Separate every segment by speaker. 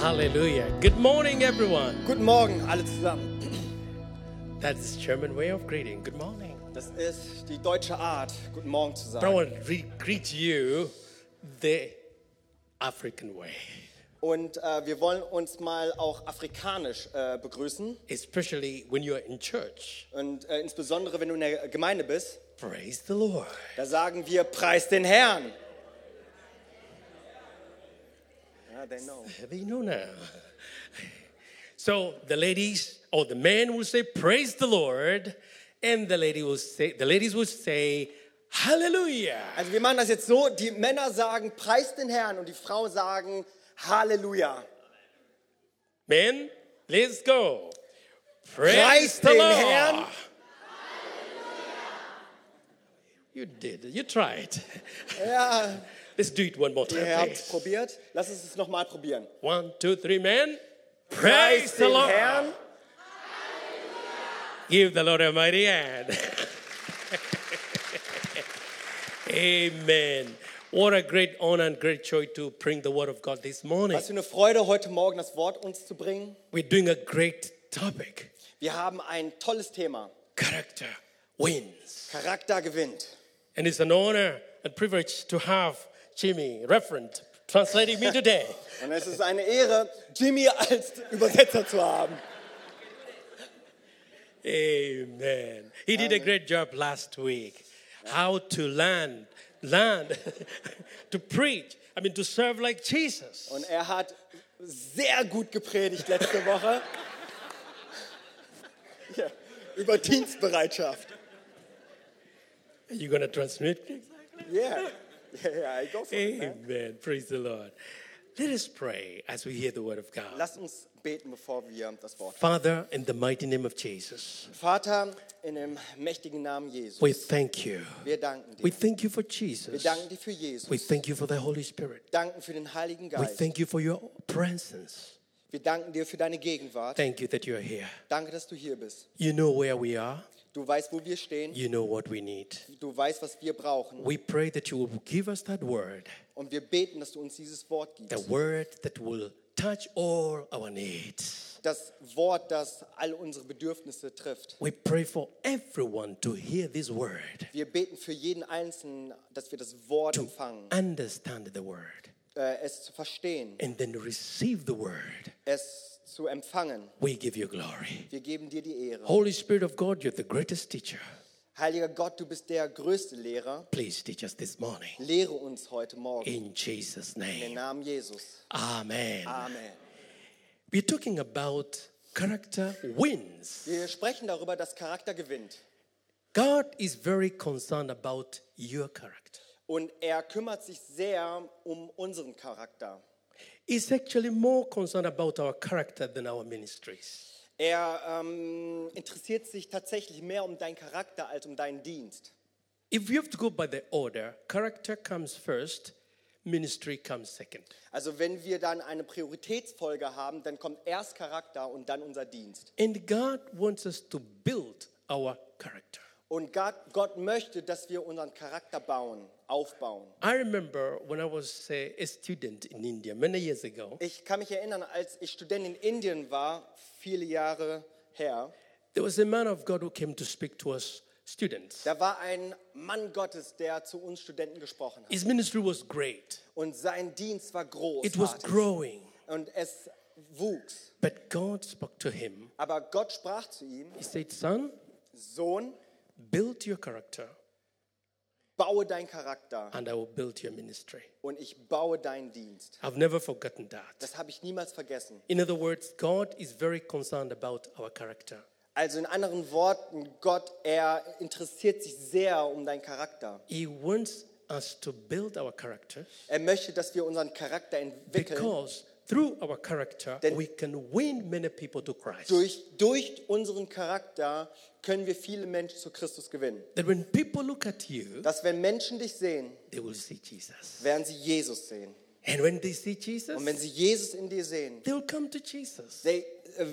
Speaker 1: Hallelujah. Good morning, everyone.
Speaker 2: Guten Morgen alle zusammen.
Speaker 1: That's German way of greeting. Good morning.
Speaker 2: Das ist die deutsche Art, guten Morgen zu
Speaker 1: But I
Speaker 2: sagen.
Speaker 1: want to re- greet you the African way,
Speaker 2: Und äh, wir wollen uns mal auch afrikanisch äh, begrüßen.
Speaker 1: especially when you are in church.
Speaker 2: Und äh, insbesondere, wenn du in der Gemeinde bist,
Speaker 1: Praise the Lord.
Speaker 2: da sagen wir, preis den Herrn. Ja, they know.
Speaker 1: They know now. So the ladies or the men will say, "Praise the Lord," and the lady will say, the ladies will say, "Hallelujah."
Speaker 2: Also wir machen das jetzt so, die Männer sagen, preis den Herrn und die Frauen sagen, Halleluja.
Speaker 1: Men, let's go.
Speaker 2: Preis den Herrn.
Speaker 1: You did. it. You tried.
Speaker 2: Ja,
Speaker 1: Let's do it one more time,
Speaker 2: ihr habt
Speaker 1: please.
Speaker 2: probiert. Lass uns es nochmal probieren.
Speaker 1: One, two, three, men. Praise the Lord. Give the Lord a mighty hand. Amen. What a great honor and great joy to bring the word of God this morning.
Speaker 2: Was für eine Freude, heute Morgen das Wort uns zu bringen.
Speaker 1: We're doing a great topic.
Speaker 2: Wir haben ein tolles Thema.
Speaker 1: Character wins.
Speaker 2: Charakter gewinnt.
Speaker 1: And it's an honor and privilege to have Jimmy, Reverend, translating me today.
Speaker 2: Und es ist eine Ehre, Jimmy als Übersetzer zu haben.
Speaker 1: Amen. He did a great job last week. How to learn, learn to preach. I mean, to serve like Jesus.
Speaker 2: Und er hat sehr gut gepredigt letzte Woche. Ja, über Dienstbereitschaft.
Speaker 1: Are you going to transmit?
Speaker 2: Yeah. Yeah, yeah, I go for it. man.
Speaker 1: Amen. Praise the Lord. Let us pray as we hear the word of God.
Speaker 2: Lass uns beten, bevor wir das Wort.
Speaker 1: Father, in the mighty name of Jesus,
Speaker 2: Vater, in dem mächtigen Namen Jesu,
Speaker 1: we thank you.
Speaker 2: wir danken
Speaker 1: We
Speaker 2: dir.
Speaker 1: thank you for
Speaker 2: Wir
Speaker 1: Jesus.
Speaker 2: danken dir für Jesus.
Speaker 1: We thank you for the Holy Spirit.
Speaker 2: danken für den Heiligen
Speaker 1: We
Speaker 2: Geist.
Speaker 1: thank you for your presence.
Speaker 2: Wir danken dir für deine Gegenwart.
Speaker 1: Thank you that you're here.
Speaker 2: Danke, dass du hier bist.
Speaker 1: You know where we are.
Speaker 2: Du weißt, wo wir stehen.
Speaker 1: You know what we need.
Speaker 2: Du weißt, was wir brauchen.
Speaker 1: We pray that you will give us that word,
Speaker 2: Und wir beten, dass du uns dieses Wort
Speaker 1: the
Speaker 2: gibst.
Speaker 1: word that will touch all our needs.
Speaker 2: Das Wort, das all unsere Bedürfnisse trifft.
Speaker 1: We pray for everyone to hear this word,
Speaker 2: Wir beten für jeden Einzelnen, dass wir das Wort
Speaker 1: to
Speaker 2: empfangen,
Speaker 1: understand the word,
Speaker 2: äh, es zu verstehen,
Speaker 1: and then receive the word.
Speaker 2: es zu empfangen.
Speaker 1: We give you glory.
Speaker 2: Wir geben dir die Ehre.
Speaker 1: Holy Spirit of God, you're the greatest teacher.
Speaker 2: Heiliger Gott, du bist der größte Lehrer.
Speaker 1: Please teach us this morning.
Speaker 2: Lehre uns heute Morgen.
Speaker 1: In Jesus'
Speaker 2: In den
Speaker 1: name.
Speaker 2: Namen Jesus.
Speaker 1: Amen.
Speaker 2: Amen.
Speaker 1: We're talking about character wins.
Speaker 2: Wir sprechen darüber, dass Charakter gewinnt.
Speaker 1: God is very concerned about your character.
Speaker 2: Und er kümmert sich sehr um unseren Charakter.
Speaker 1: He's actually more concerned about our character than our ministries.
Speaker 2: Er ähm, interessiert sich tatsächlich mehr um deinen Charakter als um deinen Dienst.
Speaker 1: If you have to go by the order, character comes first, ministry comes second.
Speaker 2: Also wenn wir dann eine Prioritätsfolge haben, dann kommt erst Charakter und dann unser Dienst.
Speaker 1: And God wants us to build our character.
Speaker 2: Und Gott, Gott möchte, dass wir unseren Charakter bauen, aufbauen.
Speaker 1: I remember when I was a, a student in India many years ago,
Speaker 2: Ich kann mich erinnern, als ich Student in Indien war, viele Jahre her,
Speaker 1: there was a man of God who came to speak to us students.
Speaker 2: da war ein Mann Gottes, der zu uns Studenten gesprochen hat.
Speaker 1: His ministry was great,
Speaker 2: Und sein Dienst war
Speaker 1: it was
Speaker 2: großartig.
Speaker 1: growing.
Speaker 2: Und es wuchs.
Speaker 1: But God spoke to him.
Speaker 2: Aber Gott sprach zu ihm,
Speaker 1: He said, Son,
Speaker 2: Sohn,
Speaker 1: build your character
Speaker 2: baue deinen Charakter
Speaker 1: and I will build your ministry.
Speaker 2: und ich baue deinen Dienst.
Speaker 1: I've never forgotten that.
Speaker 2: Das habe ich niemals vergessen.
Speaker 1: In other words, God is very concerned about our character.
Speaker 2: Also in anderen Worten, Gott, er interessiert sich sehr um deinen Charakter.
Speaker 1: He wants us to build our character
Speaker 2: Er möchte, dass wir unseren Charakter entwickeln.
Speaker 1: because through our character
Speaker 2: Then-
Speaker 1: we can win many people to Christ.
Speaker 2: Durch, durch unseren Charakter können wir viele Menschen zu Christus gewinnen.
Speaker 1: That when people look at you,
Speaker 2: Dass wenn Menschen dich sehen,
Speaker 1: they will see Jesus.
Speaker 2: werden sie Jesus sehen.
Speaker 1: And when they see
Speaker 2: Und
Speaker 1: Jesus,
Speaker 2: wenn sie Jesus in dir sehen,
Speaker 1: they'll come to Jesus.
Speaker 2: sie, äh,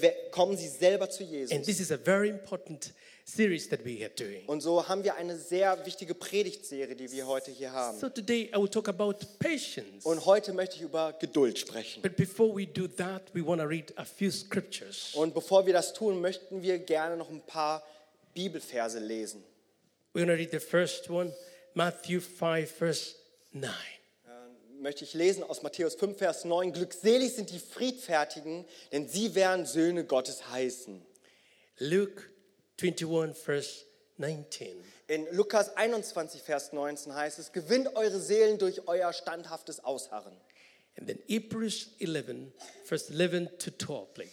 Speaker 2: w- äh, kommen sie selber zu
Speaker 1: And
Speaker 2: Jesus.
Speaker 1: this is a very important series that we are doing.
Speaker 2: Und so haben wir eine sehr wichtige Predigtserie, die wir heute hier haben.
Speaker 1: So today I will talk about patience.
Speaker 2: Und heute möchte ich über Geduld sprechen.
Speaker 1: But before we do that, we want to read a few scriptures.
Speaker 2: Und bevor wir das tun, möchten wir gerne noch ein paar Bibelverse lesen.
Speaker 1: We're going to read the first one, Matthew 5, verse 9.
Speaker 2: Äh, möchte ich lesen aus Matthäus 5, Vers 9. Glückselig sind die Friedfertigen, denn sie werden Söhne Gottes heißen.
Speaker 1: Luke 21, verse 19.
Speaker 2: In Lukas 21, Vers 19 heißt es, gewinnt eure Seelen durch euer standhaftes Ausharren.
Speaker 1: And then Hebrews 11, verse 11 to 12, please.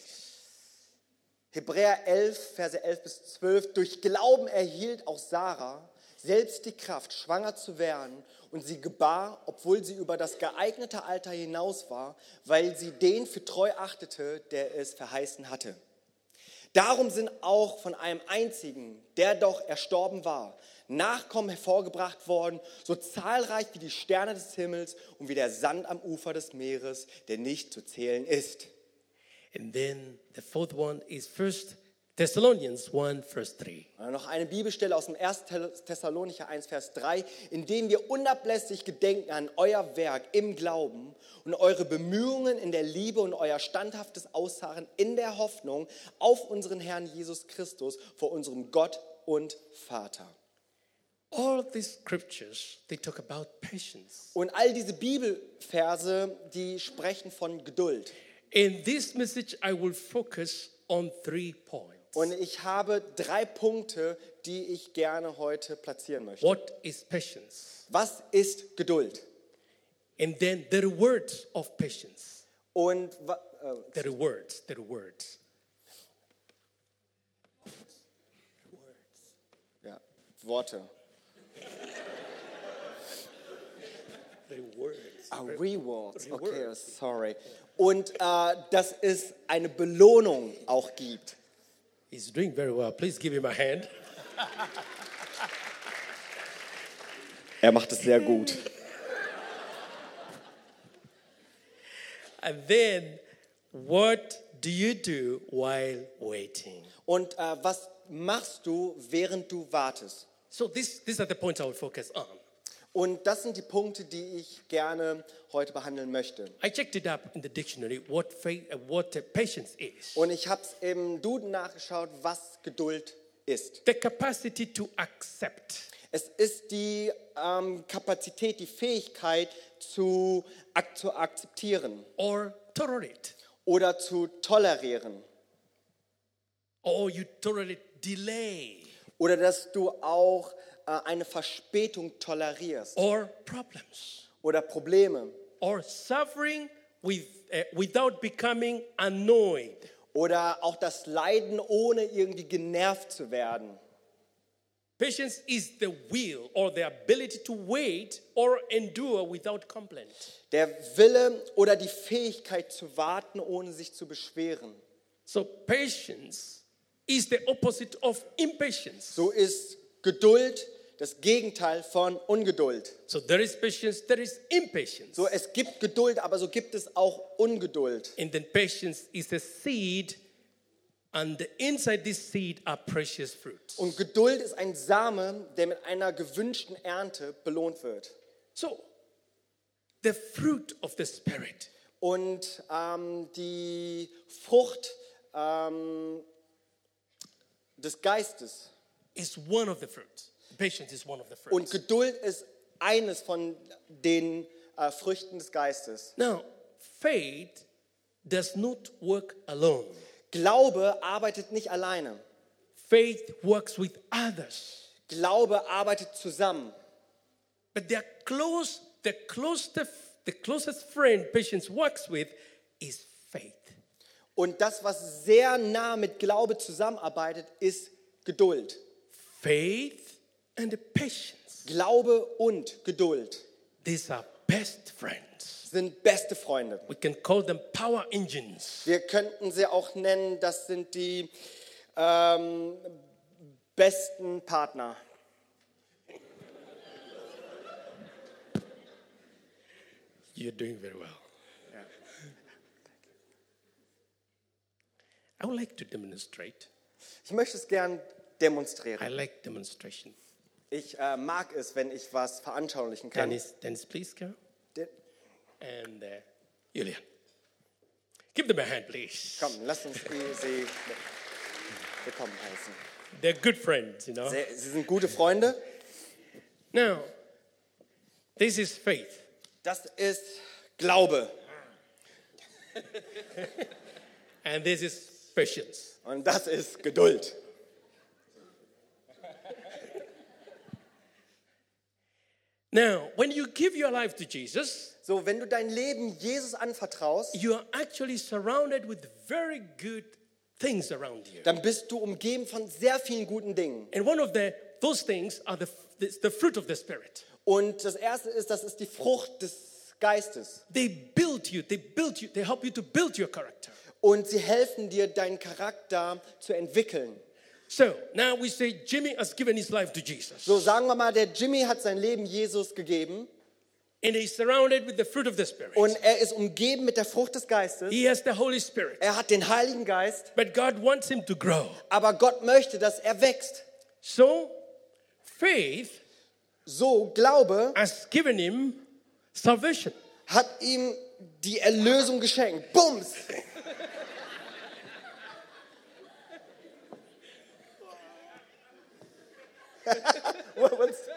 Speaker 2: Hebräer 11, Verse 11 bis 12, durch Glauben erhielt auch Sarah selbst die Kraft, schwanger zu werden, und sie gebar, obwohl sie über das geeignete Alter hinaus war, weil sie den für treu achtete, der es verheißen hatte. Darum sind auch von einem einzigen, der doch erstorben war, Nachkommen hervorgebracht worden, so zahlreich wie die Sterne des Himmels und wie der Sand am Ufer des Meeres, der nicht zu zählen ist.
Speaker 1: And then the fourth one is First Thessalonians 1, verse 3.
Speaker 2: Und dann Äh, noch eine Bibelstelle aus dem 1. Thess- Thessalonicher 1, Vers 3, in dem wir unablässig gedenken an euer Werk im Glauben und eure Bemühungen in der Liebe und euer standhaftes Ausharren in der Hoffnung auf unseren Herrn Jesus Christus vor unserem Gott und Vater.
Speaker 1: All these scriptures, they talk about patience.
Speaker 2: Und all diese Bibelverse, die sprechen von Geduld.
Speaker 1: In this message, I will focus on three points.
Speaker 2: Und ich habe drei Punkte, die ich gerne heute platzieren möchte.
Speaker 1: What is patience?
Speaker 2: Was ist Geduld?
Speaker 1: And then the rewards of patience.
Speaker 2: Und wa- äh,
Speaker 1: The rewards, the rewards.
Speaker 2: Ja, Worte.
Speaker 1: The rewards.
Speaker 2: Ah, Rewards.
Speaker 1: Rewards.
Speaker 2: Okay, sorry. Und äh, dass es eine Belohnung auch gibt.
Speaker 1: He's doing very well. Please give him a hand.
Speaker 2: Er macht es sehr gut.
Speaker 1: And then, what do you do while waiting?
Speaker 2: Und äh, was machst du, während du wartest?
Speaker 1: So this, these are the points I will focus on.
Speaker 2: Und das sind die Punkte, die ich gerne heute behandeln möchte.
Speaker 1: I checked it up in the dictionary what, faith, uh, what uh, patience is.
Speaker 2: Und ich habe es im Duden nachgeschaut, was Geduld ist.
Speaker 1: The capacity to accept,
Speaker 2: Es ist die ähm, Kapazität, die Fähigkeit zu, ak zu akzeptieren
Speaker 1: or tolerate,
Speaker 2: oder zu tolerieren.
Speaker 1: or you tolerate delay
Speaker 2: Oder dass du auch äh, eine Verspätung tolerierst
Speaker 1: or problems
Speaker 2: oder Probleme
Speaker 1: or suffering with, uh, without becoming annoyed.
Speaker 2: oder auch das Leiden, ohne irgendwie genervt zu werden.
Speaker 1: Patience is the will or the ability to wait or endure without complaint.
Speaker 2: Der Wille oder die Fähigkeit zu warten, ohne sich zu beschweren.
Speaker 1: So patience is the opposite of impatience.
Speaker 2: So ist Geduld das Gegenteil von Ungeduld.
Speaker 1: So there is patience, there is impatience.
Speaker 2: So es gibt Geduld, aber so gibt es auch Ungeduld.
Speaker 1: And then patience is a seed, and inside this seed are precious fruits.
Speaker 2: Und Geduld ist ein Same, der mit einer gewünschten Ernte belohnt wird.
Speaker 1: So the fruit of the Spirit
Speaker 2: Und ähm, die Frucht ähm, des Geistes.
Speaker 1: is one of the fruits. Patience is one of the
Speaker 2: Und
Speaker 1: fruits.
Speaker 2: Geduld ist eines von den äh, Früchten des Geistes.
Speaker 1: Now, faith does not work alone.
Speaker 2: Glaube arbeitet nicht alleine.
Speaker 1: Faith works with others.
Speaker 2: Glaube arbeitet zusammen.
Speaker 1: But their close, the closest, the closest friend patience works with is faith.
Speaker 2: Und das, was sehr nah mit Glaube zusammenarbeitet, ist Geduld.
Speaker 1: Faith and patience.
Speaker 2: Glaube und Geduld
Speaker 1: These are best friends.
Speaker 2: sind beste Freunde.
Speaker 1: We can call them power engines.
Speaker 2: Wir könnten sie auch nennen, das sind die ähm, besten Partner.
Speaker 1: You're doing very well. I would like to demonstrate.
Speaker 2: Ich möchte es gern demonstrieren.
Speaker 1: I like demonstration.
Speaker 2: Ich äh, mag es, wenn ich was veranschaulichen kann.
Speaker 1: Dennis, Dennis, please come.
Speaker 2: De-
Speaker 1: And uh, Julian. Give them a hand, please.
Speaker 2: Komm, lass uns die- sie willkommen heißen.
Speaker 1: They're good friends, you know.
Speaker 2: Sehr- Sie sind gute Freunde.
Speaker 1: Now, this is faith.
Speaker 2: Das ist Glaube
Speaker 1: And this is patience.
Speaker 2: und das ist Geduld.
Speaker 1: Now, when you give your life to Jesus,
Speaker 2: So, wenn du dein Leben Jesus anvertraust,
Speaker 1: you are actually surrounded with very good things around you.
Speaker 2: dann bist du umgeben von sehr vielen guten Dingen.
Speaker 1: And one of the, those things are the, the, the fruit of the Spirit.
Speaker 2: Und das erste ist, das ist die Frucht des Geistes.
Speaker 1: They build you, they build you, they help you to build your character.
Speaker 2: Und sie helfen dir, deinen Charakter zu entwickeln.
Speaker 1: So now we say Jimmy has given his life to Jesus
Speaker 2: So, sagen wir mal, der Jimmy hat sein Leben Jesus gegeben
Speaker 1: and he's surrounded with the fruit of the Spirit.
Speaker 2: und er ist umgeben mit der Frucht des Geistes.
Speaker 1: He has the Holy Spirit.
Speaker 2: Er hat den Heiligen Geist,
Speaker 1: But God wants him to grow.
Speaker 2: aber Gott möchte, dass er wächst.
Speaker 1: So faith
Speaker 2: So, Glaube
Speaker 1: has given him salvation.
Speaker 2: hat ihm die Erlösung geschenkt. Bums! What- what's-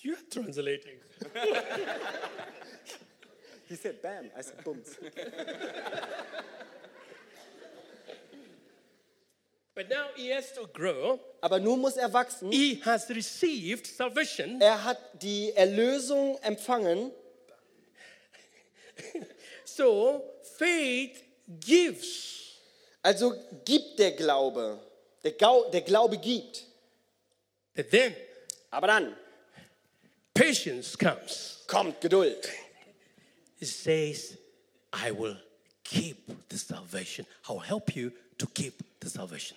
Speaker 1: You are translating.
Speaker 2: He said bam, I said bums.
Speaker 1: But now he has to grow.
Speaker 2: Aber nun muss er wachsen.
Speaker 1: He has received salvation.
Speaker 2: Er hat die Erlösung empfangen.
Speaker 1: So faith gives.
Speaker 2: Also gibt der Glaube. Der, Gau der Glaube gibt.
Speaker 1: But then
Speaker 2: Aber dann
Speaker 1: patience comes.
Speaker 2: kommt Geduld.
Speaker 1: It says, I will keep the salvation. I'll help you to keep the salvation.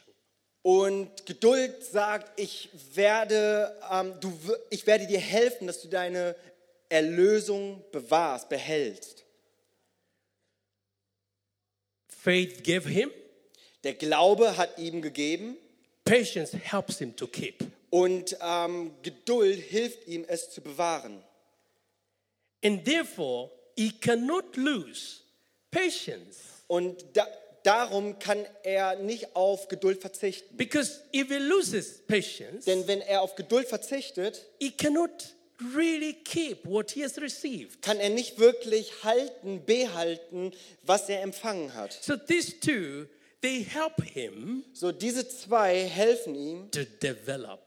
Speaker 2: Und Geduld sagt, ich werde, ähm, du, w- ich werde dir helfen, dass du deine Erlösung bewahrst, behältst.
Speaker 1: Faith gave him,
Speaker 2: Der Glaube hat ihm gegeben
Speaker 1: patience helps him to keep.
Speaker 2: und ähm, Geduld hilft ihm, es zu bewahren.
Speaker 1: And therefore, he cannot lose patience.
Speaker 2: Und da, darum kann er nicht auf Geduld verzichten.
Speaker 1: Because if he loses patience,
Speaker 2: Denn wenn er auf Geduld verzichtet,
Speaker 1: he cannot really keep what he has received.
Speaker 2: kann er nicht wirklich halten, behalten, was er empfangen hat.
Speaker 1: So these two, they help him
Speaker 2: So diese zwei helfen ihm,
Speaker 1: to develop,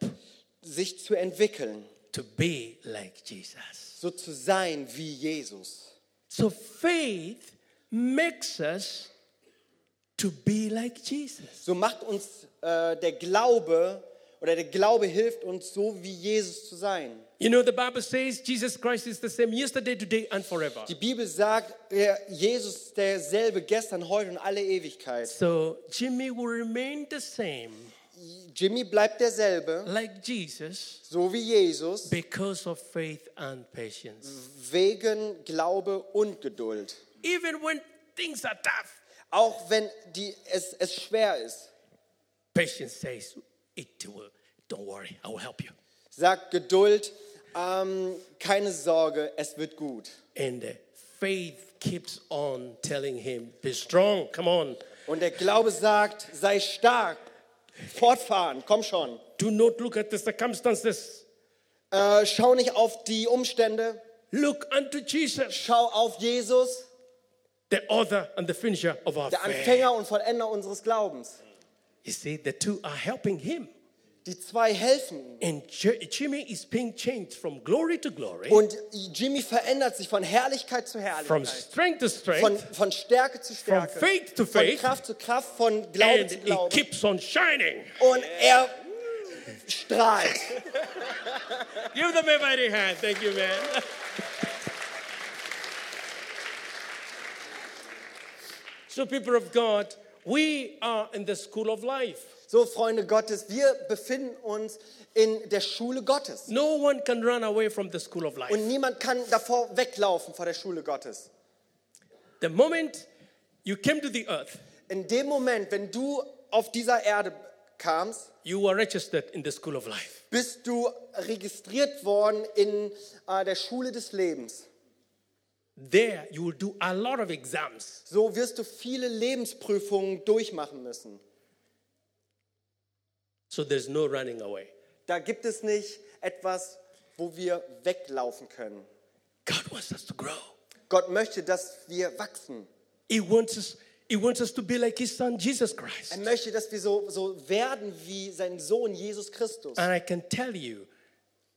Speaker 2: sich zu entwickeln.
Speaker 1: to be like Jesus.
Speaker 2: so zu sein wie Jesus.
Speaker 1: So faith makes us to be like Jesus.
Speaker 2: So macht uns äh, der Glaube oder der Glaube hilft uns so wie Jesus zu sein.
Speaker 1: You know, the Bible says Jesus Christ is the same yesterday, today, and forever.
Speaker 2: Die Bibel sagt, er- Jesus ist derselbe gestern, heute und alle Ewigkeit.
Speaker 1: So Jimmy will remain the same,
Speaker 2: Jimmy bleibt derselbe,
Speaker 1: like Jesus,
Speaker 2: so wie Jesus,
Speaker 1: because of faith and patience.
Speaker 2: wegen Glaube und Geduld.
Speaker 1: Even when things are tough,
Speaker 2: Auch wenn die, es, es schwer ist,
Speaker 1: patience says, It will, don't worry, I will help you.
Speaker 2: sagt Geduld, ähm, keine Sorge, es wird gut.
Speaker 1: And uh, faith keeps on telling him, Be strong, come on.
Speaker 2: Und der Glaube sagt, sei stark, fortfahren, komm schon.
Speaker 1: Do not look at the circumstances.
Speaker 2: Äh, schau nicht auf die Umstände,
Speaker 1: Look unto Jesus,
Speaker 2: schau auf Jesus,
Speaker 1: the author and the finisher of our
Speaker 2: der
Speaker 1: faith.
Speaker 2: Anfänger und Vollender unseres Glaubens.
Speaker 1: You see, the two are helping him.
Speaker 2: Die zwei helfen ihm.
Speaker 1: And J- Jimmy is being changed from glory to glory,
Speaker 2: Und Jimmy verändert sich von Herrlichkeit zu
Speaker 1: from
Speaker 2: Herrlichkeit,
Speaker 1: strength to
Speaker 2: von,
Speaker 1: strength,
Speaker 2: von Stärke zu Stärke,
Speaker 1: From faith to
Speaker 2: von
Speaker 1: faith.
Speaker 2: Kraft zu Kraft, von Glauben
Speaker 1: and
Speaker 2: zu
Speaker 1: it
Speaker 2: Glauben.
Speaker 1: keeps on shining.
Speaker 2: Und er strahlt.
Speaker 1: Give them a mighty hand. Thank you, man. So, people of God, we are in the school of life.
Speaker 2: So, Freunde Gottes, wir befinden uns in der Schule Gottes.
Speaker 1: No one can run away from the school of life.
Speaker 2: Und niemand kann davor weglaufen vor der Schule Gottes.
Speaker 1: The moment you came to the earth,
Speaker 2: In dem Moment, wenn du auf dieser Erde kamst,
Speaker 1: you were registered in the school of life.
Speaker 2: bist du registriert worden in äh, der Schule des Lebens.
Speaker 1: There, you will do a lot of exams.
Speaker 2: So wirst du viele Lebensprüfungen durchmachen müssen.
Speaker 1: So there's no running away.
Speaker 2: Da gibt es nicht etwas, wo wir weglaufen können.
Speaker 1: God wants us to grow.
Speaker 2: Gott möchte, dass wir wachsen.
Speaker 1: He wants us, he wants us to be like his son, Jesus Christ.
Speaker 2: Er möchte, dass wir so, so werden wie sein Sohn Jesus Christus.
Speaker 1: And I can tell you,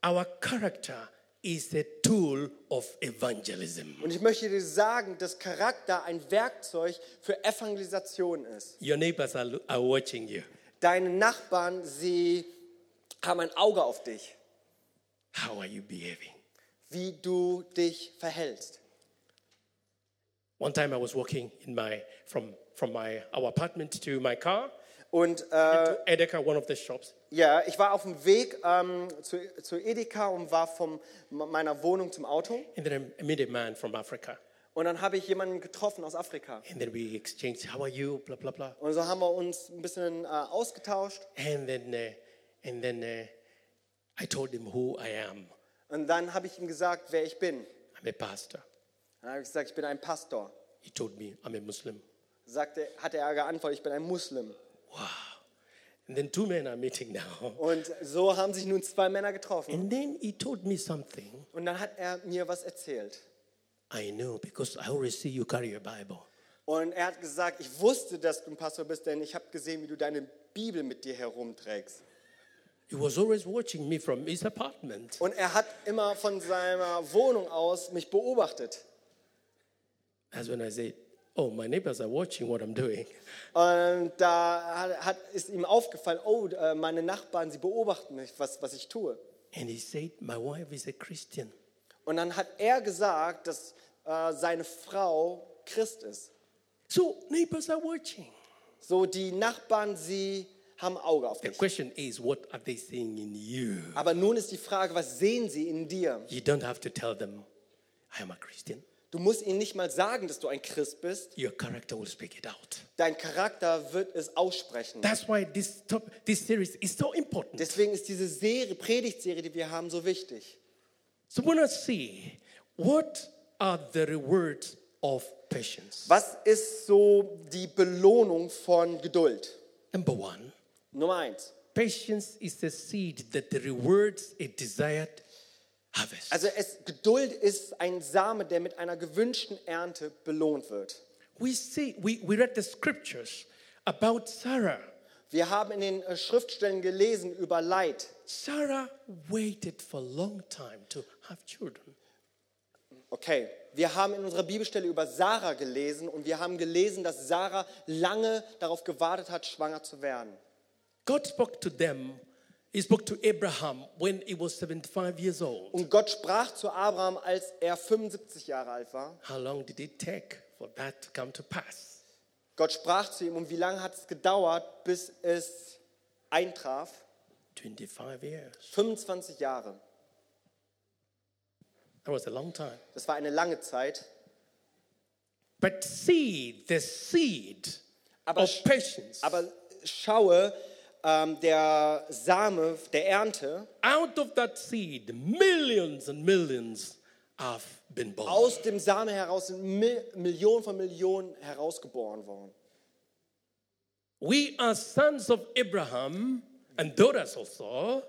Speaker 1: our character is a tool of evangelism.
Speaker 2: Und ich möchte dir sagen, dass Charakter ein Werkzeug für Evangelisation ist.
Speaker 1: Your neighbors are, are watching you.
Speaker 2: Deine Nachbarn, sie haben ein Auge auf dich,
Speaker 1: How are you behaving?
Speaker 2: wie du dich verhältst.
Speaker 1: One time I was walking in my, from, from my, our apartment to my car,
Speaker 2: Und äh,
Speaker 1: to Edeka, one of the shops.
Speaker 2: ja, ich war auf dem Weg ähm, zu, zu Edeka und war von meiner Wohnung zum Auto.
Speaker 1: And then I met a man from Africa.
Speaker 2: Und dann habe ich jemanden getroffen aus Afrika.
Speaker 1: And then we exchanged, how are you, blah, blah, blah.
Speaker 2: Und so haben wir uns ein bisschen äh, ausgetauscht.
Speaker 1: And then, uh, and then uh, I told him who I am.
Speaker 2: Und dann habe ich ihm gesagt, wer ich bin.
Speaker 1: I'm a pastor.
Speaker 2: Dann habe ich gesagt, ich bin ein Pastor.
Speaker 1: He told me I'm a Muslim.
Speaker 2: Sagte, hatte er geantwortet, ich bin ein Muslim.
Speaker 1: Wow. And then two men are meeting now.
Speaker 2: Und so haben sich nun zwei Männer getroffen.
Speaker 1: And then he told me something
Speaker 2: Und dann hat er mir was erzählt.
Speaker 1: I know because I always see you carry your Bible.
Speaker 2: Und er hat gesagt, ich wusste, dass du ein Pastor bist, denn ich habe gesehen, wie du deine Bibel mit dir herumträgst.
Speaker 1: He was always watching me from his apartment.
Speaker 2: Und er hat immer von seiner Wohnung aus mich beobachtet.
Speaker 1: That's when I said, Oh, my neighbors are watching what I'm doing.
Speaker 2: Und da hat, hat, ist ihm aufgefallen, oh, äh, meine Nachbarn, sie beobachten mich, was, was ich tue.
Speaker 1: And he said, My wife is a Christian.
Speaker 2: Und dann hat er gesagt, dass äh, seine Frau Christ ist.
Speaker 1: So neighbors are watching.
Speaker 2: So, die Nachbarn, sie haben Auge auf
Speaker 1: The
Speaker 2: dich.
Speaker 1: question is, what are they seeing in you?
Speaker 2: Aber nun ist die Frage, was sehen sie in dir?
Speaker 1: You don't have to tell them, I am a Christian.
Speaker 2: Du musst ihnen nicht mal sagen, dass du ein Christ bist.
Speaker 1: Your character will speak it out.
Speaker 2: Dein Charakter wird es aussprechen.
Speaker 1: That's why this, top, this series is so important.
Speaker 2: Deswegen ist diese Serie, Predigtserie, die wir haben, so wichtig.
Speaker 1: So when I see what are the rewards of patience?
Speaker 2: Was ist so die Belohnung von Geduld?
Speaker 1: Number one,
Speaker 2: Nummer eins.
Speaker 1: patience is a seed that rewards a desired harvest.
Speaker 2: Also es, Geduld ist ein Same, der mit einer gewünschten Ernte belohnt wird.
Speaker 1: we see, we, we read the scriptures about Sarah.
Speaker 2: Wir haben in den äh, Schriftstellen gelesen über Leid.
Speaker 1: Sarah waited for a long time to have children.
Speaker 2: Okay, wir haben in unserer Bibelstelle über Sarah gelesen und wir haben gelesen, dass Sarah lange darauf gewartet hat, schwanger zu werden.
Speaker 1: God spoke to them. He spoke to Abraham when he was 75 years old.
Speaker 2: Und Gott sprach zu Abraham, als er 75 Jahre alt war.
Speaker 1: How long did it take for that to come to pass?
Speaker 2: Gott sprach zu ihm und wie lange hat es gedauert, bis es eintraf?
Speaker 1: 25 years.
Speaker 2: 25 Jahre.
Speaker 1: That was a long time.
Speaker 2: Das war eine lange Zeit.
Speaker 1: But see the seed
Speaker 2: Aber,
Speaker 1: of patience.
Speaker 2: aber schaue, ähm, der Same der Ernte,
Speaker 1: Out of that seed, millions and millions have been born.
Speaker 2: aus dem Same heraus sind Mil Millionen von Millionen herausgeboren worden.
Speaker 1: We are sons of Abraham and daughters also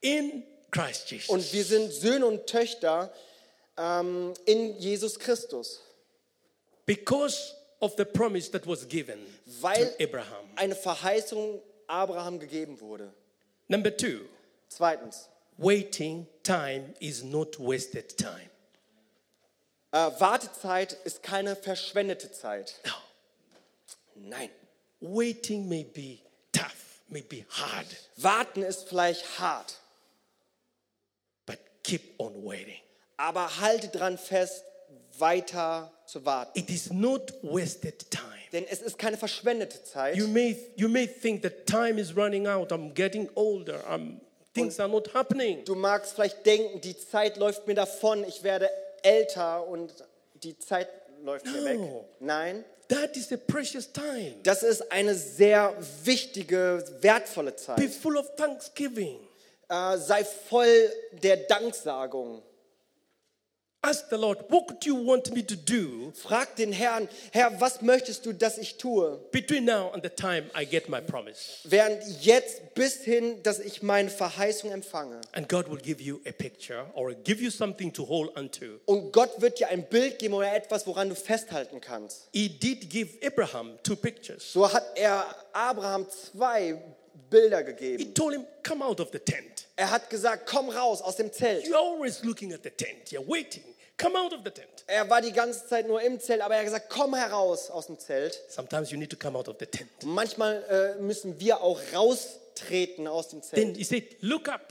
Speaker 1: in Christ Jesus.
Speaker 2: Und wir sind Söhne und Töchter ähm, in Jesus Christus,
Speaker 1: because of the promise that was given
Speaker 2: weil
Speaker 1: to Abraham.
Speaker 2: eine Verheißung Abraham gegeben wurde.
Speaker 1: Number two,
Speaker 2: Zweitens,
Speaker 1: waiting time is not wasted time.
Speaker 2: äh, Wartezeit ist keine verschwendete Zeit.
Speaker 1: No.
Speaker 2: Nein.
Speaker 1: Waiting may be tough, may be hard,
Speaker 2: Warten ist vielleicht hart,
Speaker 1: but keep on waiting.
Speaker 2: aber halte dran fest, weiter zu warten.
Speaker 1: It is not wasted time.
Speaker 2: Denn es ist keine verschwendete Zeit.
Speaker 1: You may, you may think that time is running out. I'm getting older. I'm, things are not happening.
Speaker 2: Du magst vielleicht denken, die Zeit läuft mir davon, ich werde älter und die Zeit läuft mir weg.
Speaker 1: No.
Speaker 2: Nein,
Speaker 1: That is a precious time.
Speaker 2: das ist eine sehr wichtige, wertvolle
Speaker 1: Be
Speaker 2: Zeit.
Speaker 1: full of thanksgiving.
Speaker 2: Äh, sei voll der Danksagung.
Speaker 1: Ask the Lord, what do you want me to do
Speaker 2: Frag den Herrn, Herr, was möchtest du, dass ich tue?
Speaker 1: between now and the time I get my promise?
Speaker 2: Während jetzt bis hin, dass ich meine Verheißung empfange.
Speaker 1: And God will give you a picture or give you something to hold onto.
Speaker 2: Und Gott wird dir ein Bild geben oder etwas, woran du festhalten kannst.
Speaker 1: He did give Abraham two pictures.
Speaker 2: So hat er Abraham zwei Bilder
Speaker 1: He
Speaker 2: gegeben.
Speaker 1: told him, Come out of the tent.
Speaker 2: Er hat gesagt, komm raus aus dem Zelt.
Speaker 1: You're always looking at the tent, you're waiting. Come out of the tent.
Speaker 2: Er war die ganze Zeit nur im Zelt, aber er hat gesagt, komm heraus aus dem Zelt.
Speaker 1: Sometimes you need to come out of the tent.
Speaker 2: Manchmal äh, müssen wir auch raustreten aus dem
Speaker 1: Then
Speaker 2: Zelt.
Speaker 1: he said, Look up.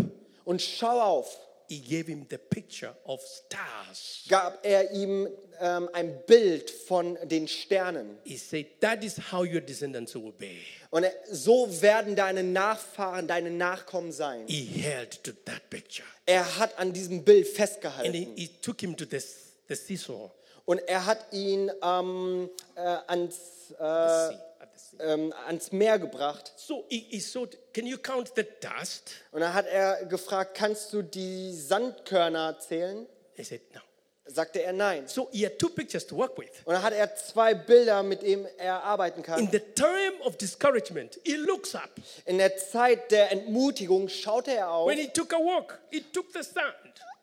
Speaker 2: Und schau auf,
Speaker 1: He gave him the picture of stars.
Speaker 2: gab er ihm ähm, ein Bild von den Sternen.
Speaker 1: He said, That is how your descendants will be.
Speaker 2: Und er, so werden deine Nachfahren, deine Nachkommen sein.
Speaker 1: He held to that picture.
Speaker 2: Er hat an diesem Bild
Speaker 1: And he,
Speaker 2: festgehalten.
Speaker 1: he took him to this, the seesaw.
Speaker 2: Und er hat ihn ähm, äh, ans, äh,
Speaker 1: the sea, at the sea.
Speaker 2: ähm, ans Meer gebracht.
Speaker 1: So he, he said, Can you count the dust?
Speaker 2: Und dann hat er gefragt, kannst du die Sandkörner zählen?
Speaker 1: He said, No.
Speaker 2: Sagte er nein.
Speaker 1: So he had two pictures to work with.
Speaker 2: Und dann hat er zwei Bilder, mit denen er arbeiten
Speaker 1: In
Speaker 2: kann.
Speaker 1: the time of discouragement, he looks up.
Speaker 2: In der Zeit der Entmutigung schaute er auf.
Speaker 1: When he took a walk, he took the sand.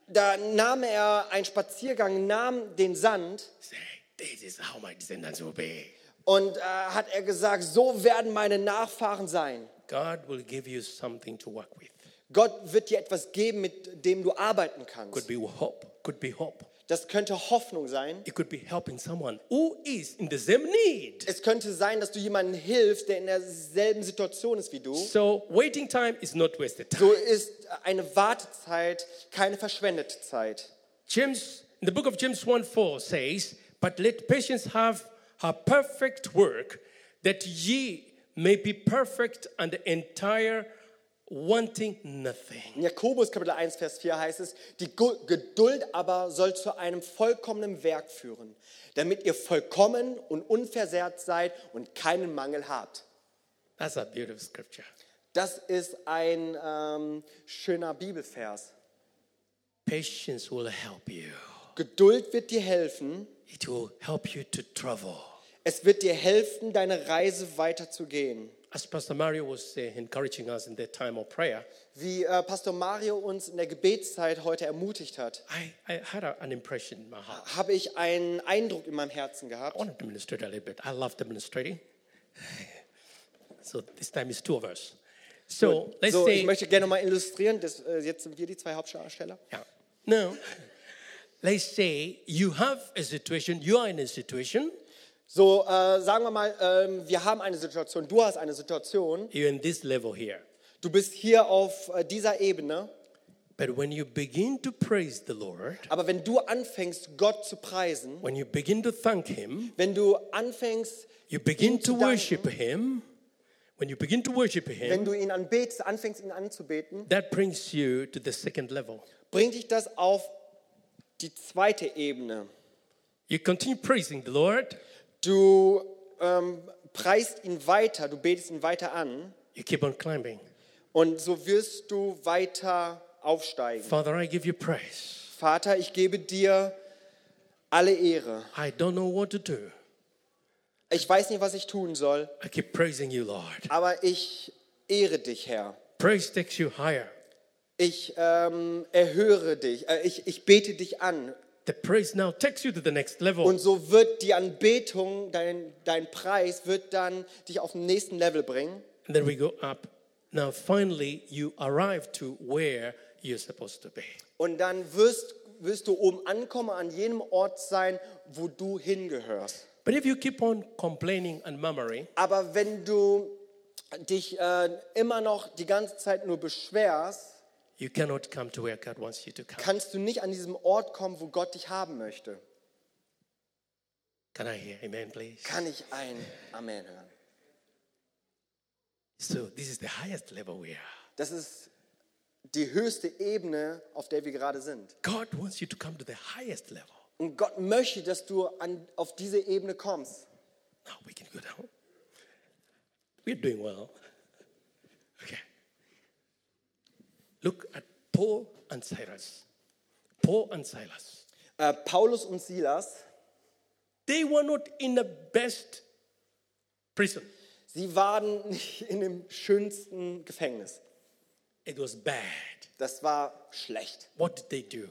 Speaker 2: Da nahm er einen Spaziergang, nahm den Sand
Speaker 1: Say, this is how my descendants will be.
Speaker 2: und äh, hat er gesagt, so werden meine Nachfahren sein.
Speaker 1: God will give you something to work with.
Speaker 2: Gott wird dir etwas geben, mit dem du arbeiten
Speaker 1: Could
Speaker 2: kannst.
Speaker 1: be hope. Could be hope.
Speaker 2: Das könnte Hoffnung sein.
Speaker 1: It could be helping someone who is in the same need.
Speaker 2: Es könnte sein, dass du jemandem hilfst, der in derselben Situation ist wie du.
Speaker 1: So waiting time is not wasted time.
Speaker 2: So ist eine Wartezeit keine verschwendete Zeit.
Speaker 1: James, in the book of James 1 4 says, But let patience have her perfect work, that ye may be perfect and entire, wanting nothing.
Speaker 2: In Jakobus Kapitel 1, Vers 4 heißt es, die Gu- Geduld aber soll zu einem vollkommenen Werk führen, damit ihr vollkommen und unversehrt seid und keinen Mangel habt.
Speaker 1: That's a beautiful scripture.
Speaker 2: Das ist ein ähm, schöner Bibelvers.
Speaker 1: Patience will help you,
Speaker 2: Geduld wird dir helfen.
Speaker 1: it will help you to travel.
Speaker 2: Es wird dir helfen, deine Reise weiterzugehen.
Speaker 1: As Pastor Mario was uh, encouraging us in that time of prayer,
Speaker 2: Wie äh, Pastor Mario uns in der Gebetszeit heute ermutigt hat,
Speaker 1: I, I had a- an impression in my heart.
Speaker 2: habe ich einen Eindruck in meinem Herzen
Speaker 1: I
Speaker 2: gehabt.
Speaker 1: want to demonstrate a little bit. I love demonstrating. so this time it's two of us. So let's
Speaker 2: So,
Speaker 1: say
Speaker 2: ich möchte gerne mal illustrieren, das, äh, jetzt sind wir die zwei Hauptdarsteller.
Speaker 1: yeah. no. Let's say you have a situation, you are in a situation,
Speaker 2: So, äh, sagen wir mal, ähm, wir haben eine Situation, du hast eine Situation,
Speaker 1: you're in this level here.
Speaker 2: du bist hier auf äh, dieser Ebene,
Speaker 1: But when you begin to praise the Lord,
Speaker 2: aber wenn du anfängst, Gott zu preisen,
Speaker 1: when you begin to thank Him,
Speaker 2: wenn du anfängst,
Speaker 1: you begin to
Speaker 2: zu danken.
Speaker 1: worship Him, when you begin to worship
Speaker 2: wenn
Speaker 1: Him,
Speaker 2: du ihn anbetest, anfängst, ihn anzubeten,
Speaker 1: that brings you to the second level.
Speaker 2: bringt dich das auf die zweite Ebene.
Speaker 1: You continue praising the Lord,
Speaker 2: Du ähm, preist ihn weiter, du betest ihn weiter an
Speaker 1: you keep on climbing.
Speaker 2: und so wirst du weiter aufsteigen.
Speaker 1: Father, I give you praise.
Speaker 2: Vater, ich gebe dir alle Ehre.
Speaker 1: I don't know what to do.
Speaker 2: Ich weiß nicht, was ich tun soll,
Speaker 1: I keep praising you, Lord.
Speaker 2: aber ich ehre dich, Herr.
Speaker 1: Praise takes you higher.
Speaker 2: Ich ähm, erhöre dich, äh, ich, ich bete dich an.
Speaker 1: The praise now takes you to the next level.
Speaker 2: Und so wird die Anbetung, dein, dein Preis, wird dann dich auf den nächsten Level bringen.
Speaker 1: and then we go up. Now, finally, you arrive to where you're supposed to be.
Speaker 2: Und dann wirst, wirst du oben ankommen, an jenem Ort sein, wo du hingehörst.
Speaker 1: But if you keep on complaining and murmuring,
Speaker 2: Aber wenn du dich äh, immer noch die ganze Zeit nur beschwerst,
Speaker 1: you cannot come to where God wants you to come.
Speaker 2: kannst du nicht an diesem Ort kommen, wo Gott dich haben möchte.
Speaker 1: Can I hear amen, please?
Speaker 2: kann ich ein Amen hören.
Speaker 1: So, this is the highest level we are.
Speaker 2: Das ist die höchste Ebene, auf der wir gerade sind.
Speaker 1: God wants you to come to the highest level.
Speaker 2: Und Gott möchte, dass du an, auf diese Ebene kommst.
Speaker 1: Now Oh, we can go down. We're doing well. Okay. Look at Paul and Cyrus. Paul and Silas.
Speaker 2: Äh, Paulus und Silas,
Speaker 1: They were not in the best prison.
Speaker 2: sie waren nicht in dem schönsten Gefängnis.
Speaker 1: It was bad.
Speaker 2: Das war schlecht.
Speaker 1: What did they do?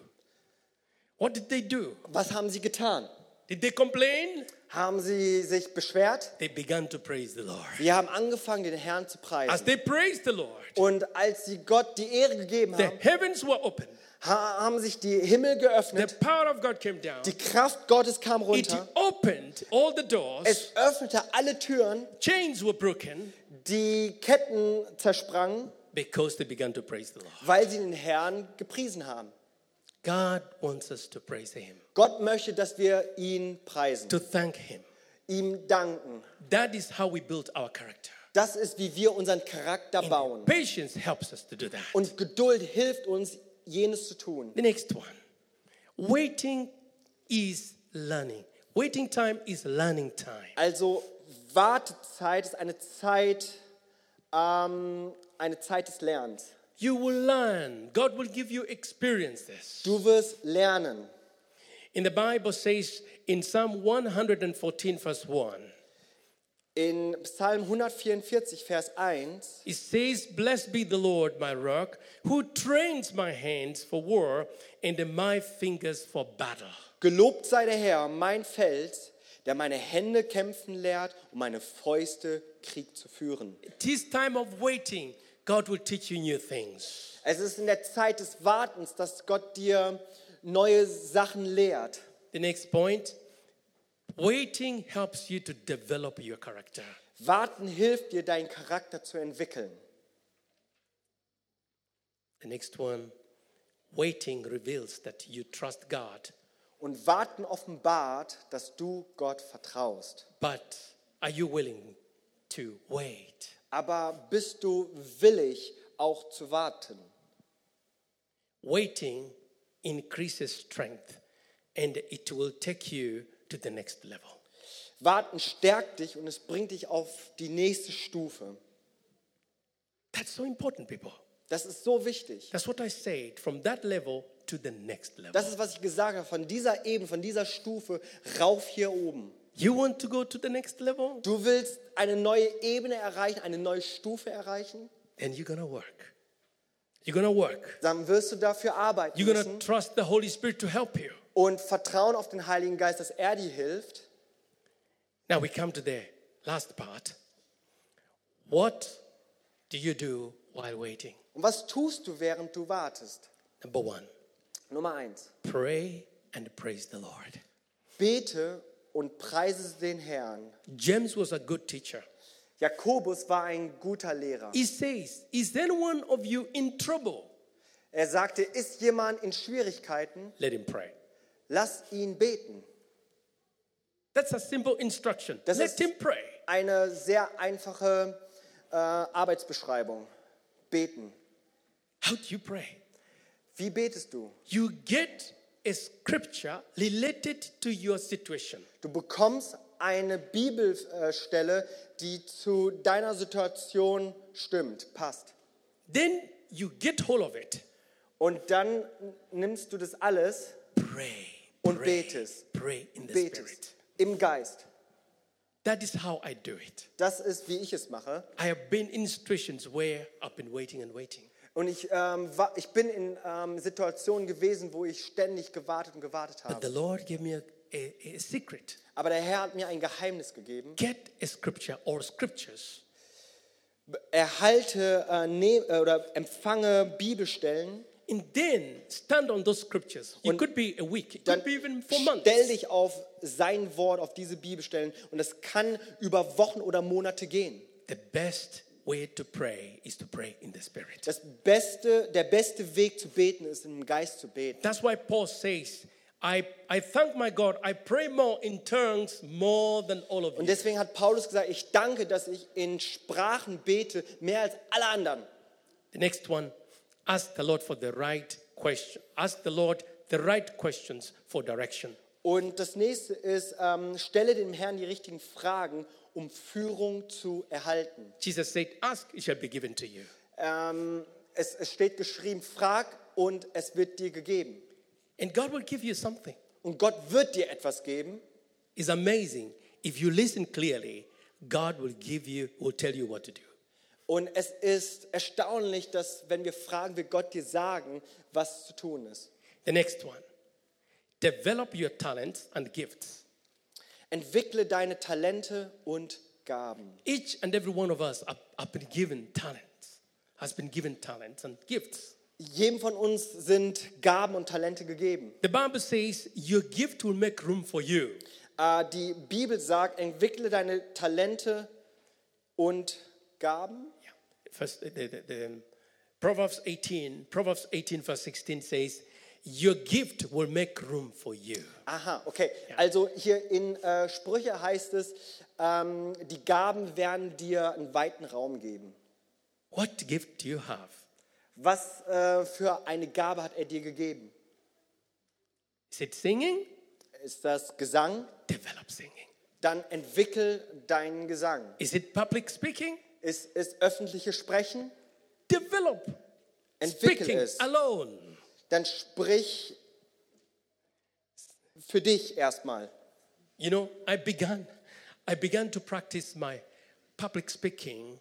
Speaker 1: What did they do?
Speaker 2: Was haben sie getan?
Speaker 1: Did they complain?
Speaker 2: Haben sie sich beschwert?
Speaker 1: They began to praise the Lord.
Speaker 2: Sie haben angefangen, den Herrn zu
Speaker 1: As
Speaker 2: preisen.
Speaker 1: they praised the Lord,
Speaker 2: Und als sie Gott die Ehre gegeben
Speaker 1: the
Speaker 2: haben,
Speaker 1: heavens were open.
Speaker 2: ha- haben sich die Himmel
Speaker 1: The
Speaker 2: geöffnet.
Speaker 1: power of God came down.
Speaker 2: Die Kraft Gottes kam
Speaker 1: It
Speaker 2: runter.
Speaker 1: opened all the doors.
Speaker 2: Es öffnete alle Türen.
Speaker 1: Chains were broken.
Speaker 2: Die Ketten zersprangen,
Speaker 1: Because they began to praise the Lord.
Speaker 2: weil sie den Herrn gepriesen haben.
Speaker 1: God wants us to praise Him,
Speaker 2: Gott möchte, dass wir ihn preisen,
Speaker 1: to thank Him.
Speaker 2: ihm danken.
Speaker 1: That is how we build our character.
Speaker 2: Das ist, wie wir unseren Charakter bauen.
Speaker 1: Patience helps us to do that.
Speaker 2: Und Geduld hilft uns, jenes zu tun.
Speaker 1: The next one waiting is learning. Waiting time is learning time.
Speaker 2: Also Wartezeit ist eine Zeit, ähm, eine Zeit des Lernens.
Speaker 1: You will learn, God will give you experiences.
Speaker 2: Du wirst lernen.
Speaker 1: In the Bible says in Psalm 114, verse 1,
Speaker 2: In Psalm 144, Vers 1,
Speaker 1: it says, Blessed be the Lord, my rock, who trains my hands for war and my fingers for battle.
Speaker 2: Gelobt sei der Herr, mein Fels, der meine Hände kämpfen lehrt und meine Fäuste Krieg zu führen.
Speaker 1: This time of waiting, God will teach you new things.
Speaker 2: Es ist in der Zeit des Wartens, dass Gott dir neue Sachen lehrt.
Speaker 1: The next point waiting helps you to develop your character.
Speaker 2: Warten hilft dir, deinen Charakter zu entwickeln.
Speaker 1: The next one waiting reveals that you trust God,
Speaker 2: Und Warten offenbart, dass du Gott vertraust.
Speaker 1: but are you willing to wait?
Speaker 2: Aber bist du willig, auch zu warten?
Speaker 1: Waiting increases strength and it will take you to the next level.
Speaker 2: Warten stärkt dich und es bringt dich auf die nächste Stufe.
Speaker 1: That's so important, people.
Speaker 2: Das ist so wichtig.
Speaker 1: That's what I said from that level to the next level.
Speaker 2: Das ist, was ich gesagt habe. Von dieser Ebene, von dieser Stufe rauf hier oben.
Speaker 1: You want to go to the next level?
Speaker 2: Du willst eine neue Ebene erreichen, eine neue Stufe erreichen?
Speaker 1: then you're gonna work. You're gonna work.
Speaker 2: Dann wirst du dafür arbeiten
Speaker 1: You're gonna
Speaker 2: müssen
Speaker 1: trust the Holy Spirit to help you.
Speaker 2: und vertrauen auf den Heiligen Geist, dass er dir hilft.
Speaker 1: Now we come to the last part. What do you do while waiting?
Speaker 2: Und was tust du, während du wartest?
Speaker 1: Number one,
Speaker 2: Nummer eins.
Speaker 1: pray and praise the Lord.
Speaker 2: Bete und preise den Herrn.
Speaker 1: James was a good teacher.
Speaker 2: Jakobus war ein guter Lehrer.
Speaker 1: He says, Is anyone of you in trouble?
Speaker 2: Er sagte, ist jemand in Schwierigkeiten,
Speaker 1: Let him pray.
Speaker 2: lass ihn beten.
Speaker 1: That's a simple instruction.
Speaker 2: Das
Speaker 1: Let
Speaker 2: ist-
Speaker 1: him pray.
Speaker 2: Eine sehr einfache äh, Arbeitsbeschreibung. Beten.
Speaker 1: How do you pray?
Speaker 2: Wie betest du?
Speaker 1: You get a scripture related to your situation.
Speaker 2: Du bekommst eine Bibelstelle, die zu deiner Situation stimmt, passt.
Speaker 1: Then you get hold of it.
Speaker 2: Und dann nimmst du das alles,
Speaker 1: Pray.
Speaker 2: Und
Speaker 1: pray,
Speaker 2: betest.
Speaker 1: Pray in the
Speaker 2: betest
Speaker 1: spirit.
Speaker 2: im Geist.
Speaker 1: That is how I do it.
Speaker 2: Das ist, wie ich es mache.
Speaker 1: I have been in situations where I've been waiting and waiting.
Speaker 2: Und ich, ähm, wa- ich bin in ähm, Situationen gewesen, wo ich ständig gewartet und gewartet
Speaker 1: But the
Speaker 2: habe.
Speaker 1: Lord gave me a, a, a secret.
Speaker 2: Aber der Herr hat mir ein Geheimnis gegeben.
Speaker 1: Get a scripture or scriptures
Speaker 2: Erhalte äh, ne äh, oder empfange Bibelstellen,
Speaker 1: and then stand on those scriptures. It
Speaker 2: Und
Speaker 1: could be a week, it
Speaker 2: dann
Speaker 1: could be even for months.
Speaker 2: stell dich auf sein Wort, auf diese Bibelstellen. Und das kann über Wochen oder Monate gehen.
Speaker 1: The best way to pray is to pray in the spirit.
Speaker 2: Das beste, der beste Weg zu beten ist, im Geist zu beten.
Speaker 1: That's why Paul says, I, I thank my God, I pray more in tongues more than all of
Speaker 2: Und
Speaker 1: you.
Speaker 2: deswegen hat Paulus gesagt, ich danke, dass ich in Sprachen bete, mehr als alle anderen.
Speaker 1: The next one, ask the Lord for the right question. Ask the Lord the right questions for direction.
Speaker 2: Und das nächste ist, ähm, stelle dem Herrn die richtigen Fragen, um Führung zu erhalten.
Speaker 1: Jesus said, Ask, it shall be given to you.
Speaker 2: Ähm, es, es steht geschrieben, frag und es wird dir gegeben.
Speaker 1: And God will give you something.
Speaker 2: Und Gott wird dir etwas geben.
Speaker 1: It's amazing. If you listen clearly, God will give you, will tell you what to do.
Speaker 2: Und es ist erstaunlich, dass wenn wir fragen, wird Gott dir sagen, was zu tun ist.
Speaker 1: The next one, develop your talents and gifts.
Speaker 2: Entwickle deine Talente und Gaben.
Speaker 1: Each and every one of us have, have been given talents, has been given talents and gifts.
Speaker 2: Jedem von uns sind Gaben und Talente gegeben.
Speaker 1: The Bible says your gift will make room for you.
Speaker 2: Äh, die Bibel sagt, entwickle deine Talente und Gaben.
Speaker 1: First, the, the, the- um, Proverbs 18, Proverbs 18 verse 16 says, your gift will make room for you.
Speaker 2: Aha, okay. Also hier in äh, Sprüche heißt es, ähm, die Gaben werden dir einen weiten Raum geben.
Speaker 1: What gift do you have?
Speaker 2: Was äh, für eine Gabe hat er dir gegeben?
Speaker 1: Is it singing?
Speaker 2: Ist das Gesang?
Speaker 1: Develop singing.
Speaker 2: Dann entwickel deinen Gesang.
Speaker 1: Is it public speaking?
Speaker 2: Ist es öffentliches Sprechen?
Speaker 1: Develop
Speaker 2: Entwickel
Speaker 1: speaking
Speaker 2: es.
Speaker 1: alone.
Speaker 2: Dann sprich für dich erstmal.
Speaker 1: You know, I began, I began to practice my public speaking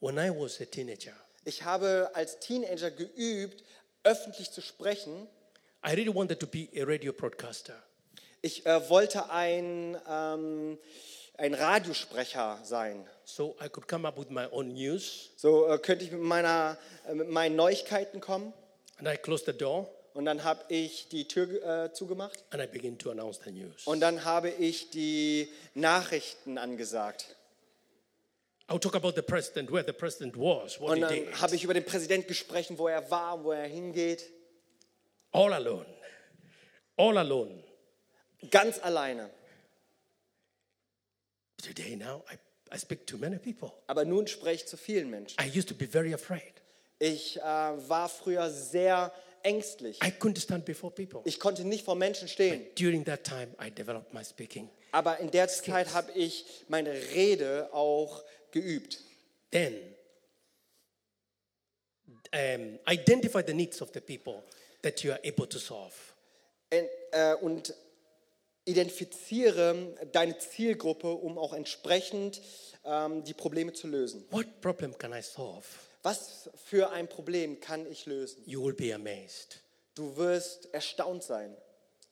Speaker 1: when I was a teenager.
Speaker 2: Ich habe als Teenager geübt, öffentlich zu sprechen.
Speaker 1: I really wanted to be a radio broadcaster.
Speaker 2: Ich äh, wollte ein, ähm, ein Radiosprecher sein.
Speaker 1: So I could come up with my own news.
Speaker 2: So äh, könnte ich mit, meiner, äh, mit meinen Neuigkeiten kommen.
Speaker 1: And I closed the door
Speaker 2: Und dann habe ich die Tür äh, zugemacht.
Speaker 1: and I began to announce the news.
Speaker 2: Und dann habe ich die Nachrichten angesagt.
Speaker 1: I'll talk about the president, where the president was, what
Speaker 2: Und
Speaker 1: he did.
Speaker 2: dann habe ich über den Präsidenten gesprochen, wo er war, wo er hingeht.
Speaker 1: All alone. All alone.
Speaker 2: Ganz alleine.
Speaker 1: Today now, I, I speak to many people.
Speaker 2: Aber nun spreche ich zu vielen Menschen.
Speaker 1: I used to be very afraid.
Speaker 2: Ich äh, war früher sehr ängstlich.
Speaker 1: I couldn't stand before people.
Speaker 2: Ich konnte nicht vor Menschen stehen.
Speaker 1: During that time, I developed my speaking.
Speaker 2: Aber in der Zeit habe ich meine Rede auch geübt.
Speaker 1: then um, identify the needs of the people that you are able to solve.
Speaker 2: En- äh, Und identifiziere deine Zielgruppe, um auch entsprechend ähm, die Probleme zu lösen.
Speaker 1: What problem can I solve?
Speaker 2: Was für ein Problem kann ich lösen?
Speaker 1: You will be amazed.
Speaker 2: Du wirst erstaunt sein.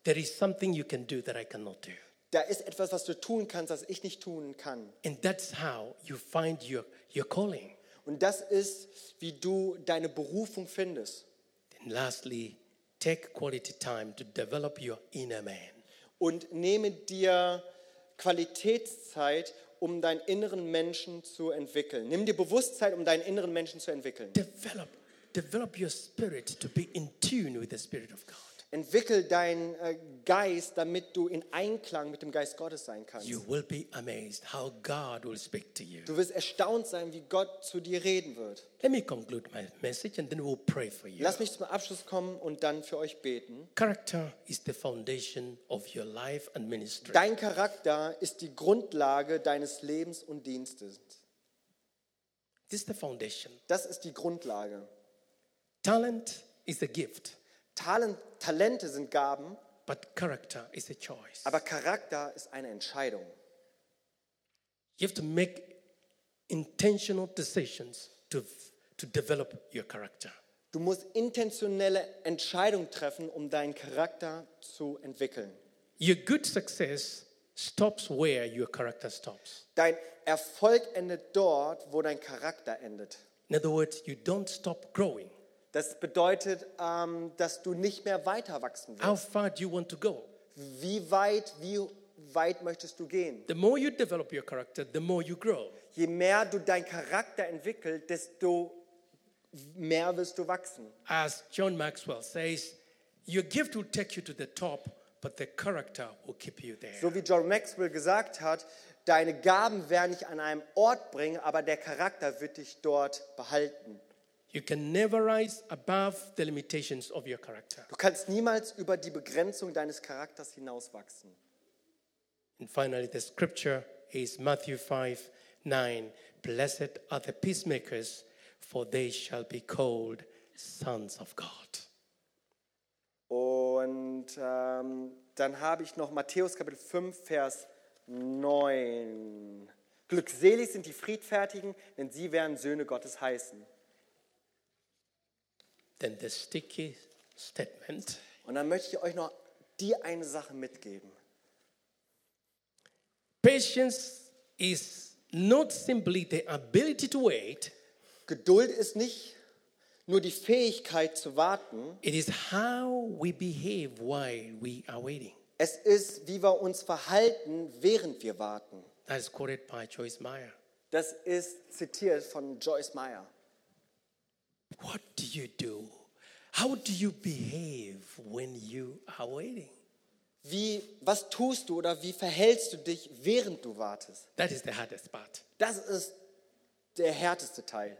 Speaker 1: There is something you can do that I cannot do.
Speaker 2: Da ist etwas, was du tun kannst, das ich nicht tun kann.
Speaker 1: And that's how you find your, your calling.
Speaker 2: Und das ist, wie du deine Berufung findest.
Speaker 1: And lastly, take quality time to develop your inner man.
Speaker 2: Und nehme dir Qualitätszeit, um deinen inneren Menschen zu entwickeln. Nimm dir Bewusstsein, um deinen inneren Menschen zu entwickeln.
Speaker 1: Develop, develop your spirit to be in tune with the Spirit of God.
Speaker 2: Entwickel deinen äh, Geist, damit du in Einklang mit dem Geist Gottes sein kannst.
Speaker 1: You will be amazed how God will speak to you.
Speaker 2: Du wirst erstaunt sein, wie Gott zu dir reden wird.
Speaker 1: Let me conclude my message and then we'll pray for you.
Speaker 2: Lass mich zum Abschluss kommen und dann für euch beten.
Speaker 1: Character is the foundation of your life and ministry.
Speaker 2: Dein Charakter ist die Grundlage deines Lebens und Dienstes.
Speaker 1: This is the foundation.
Speaker 2: Das ist die Grundlage.
Speaker 1: Talent is a gift,
Speaker 2: Talent, Talente sind Gaben,
Speaker 1: but character is a choice.
Speaker 2: aber Charakter ist eine Entscheidung.
Speaker 1: You have to make intentional decisions to, to develop your character.
Speaker 2: Du musst intentionelle Entscheidungen treffen, um deinen Charakter zu entwickeln.
Speaker 1: Your good success stops where your character stops.
Speaker 2: Dein Erfolg endet dort, wo dein Charakter endet.
Speaker 1: In other words, you don't stop growing.
Speaker 2: Das bedeutet, ähm, dass du nicht mehr weiter wachsen wirst.
Speaker 1: How far do you want to go?
Speaker 2: Wie weit, wie weit möchtest du gehen?
Speaker 1: The more you develop your character, the more you grow.
Speaker 2: Je mehr du deinen Charakter entwickelst, desto mehr wirst du wachsen.
Speaker 1: As John Maxwell says, your gift will take you to the top, but the character will keep you there.
Speaker 2: So wie John Maxwell gesagt hat, deine Gaben werden dich an einen Ort bringen, aber der Charakter wird dich dort behalten.
Speaker 1: You can never rise above the limitations of your character.
Speaker 2: Du kannst niemals über die Begrenzung deines Charakters hinauswachsen.
Speaker 1: And finally, the scripture is Matthew 5 9. Blessed are the peacemakers, for they shall be called sons of God.
Speaker 2: Und ähm, dann habe ich noch Matthäus Kapitel 5, Vers 9. Glückselig sind die Friedfertigen, denn sie werden Söhne Gottes heißen.
Speaker 1: Then the sticky statement
Speaker 2: Und dann möchte ich euch noch die eine Sache mitgeben.
Speaker 1: patience is not simply the ability to wait,
Speaker 2: Geduld ist nicht nur die Fähigkeit zu warten,
Speaker 1: it is how we behave while we are waiting.
Speaker 2: es ist, wie wir uns verhalten, während wir warten.
Speaker 1: That is quoted by Joyce Meyer.
Speaker 2: Das ist zitiert von Joyce Meyer.
Speaker 1: What do you do? How do you behave when you are waiting?
Speaker 2: Wie, was tust du oder wie verhältst du dich, während du wartest?
Speaker 1: That is the hardest part.
Speaker 2: Das ist der härteste Teil.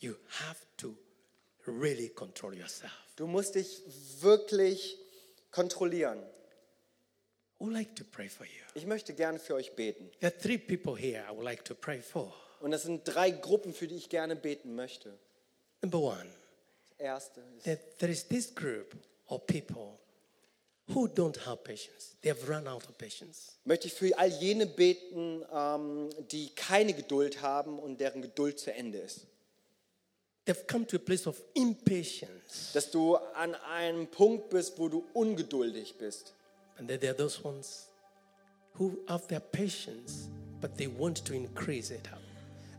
Speaker 1: You have to really control yourself.
Speaker 2: Du musst dich wirklich kontrollieren.
Speaker 1: I would like to pray for you.
Speaker 2: Ich möchte gerne für euch beten.
Speaker 1: There are three people here I would like to pray for.
Speaker 2: Und das sind drei Gruppen, für die ich gerne beten möchte.
Speaker 1: Number one,
Speaker 2: Das erste ist,
Speaker 1: that there is this group of people who don't have patience. They have run out of patience.
Speaker 2: möchte ich für all jene beten, ähm, die keine Geduld haben und deren Geduld zu Ende ist.
Speaker 1: They've come to a place of impatience.
Speaker 2: Dass du an einem Punkt bist, wo du ungeduldig bist.
Speaker 1: And then there are those ones who have their patience, but they want to increase it up.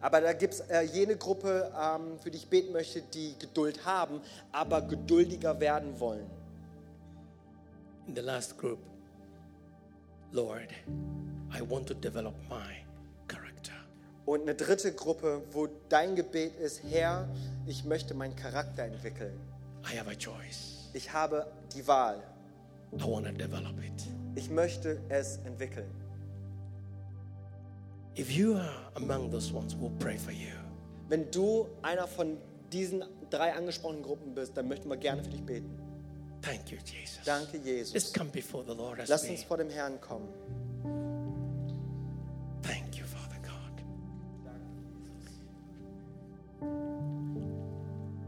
Speaker 2: Aber da gibt es äh, jene Gruppe, ähm, für die ich beten möchte, die Geduld haben, aber geduldiger werden wollen.
Speaker 1: In the last group, Lord, I want to develop my character.
Speaker 2: Und eine dritte Gruppe, wo dein Gebet ist, Herr, ich möchte meinen Charakter entwickeln.
Speaker 1: I have a choice.
Speaker 2: Ich habe die Wahl.
Speaker 1: I want to develop it.
Speaker 2: Ich möchte es entwickeln.
Speaker 1: If you are among those ones, we'll pray for you.
Speaker 2: Wenn du einer von diesen drei angesprochenen Gruppen bist, dann möchten wir gerne für dich beten.
Speaker 1: Thank you, Jesus.
Speaker 2: Danke,
Speaker 1: Let's
Speaker 2: Jesus.
Speaker 1: come before the Lord as
Speaker 2: Lass
Speaker 1: we
Speaker 2: uns vor dem Herrn kommen.
Speaker 1: Thank you, Father God.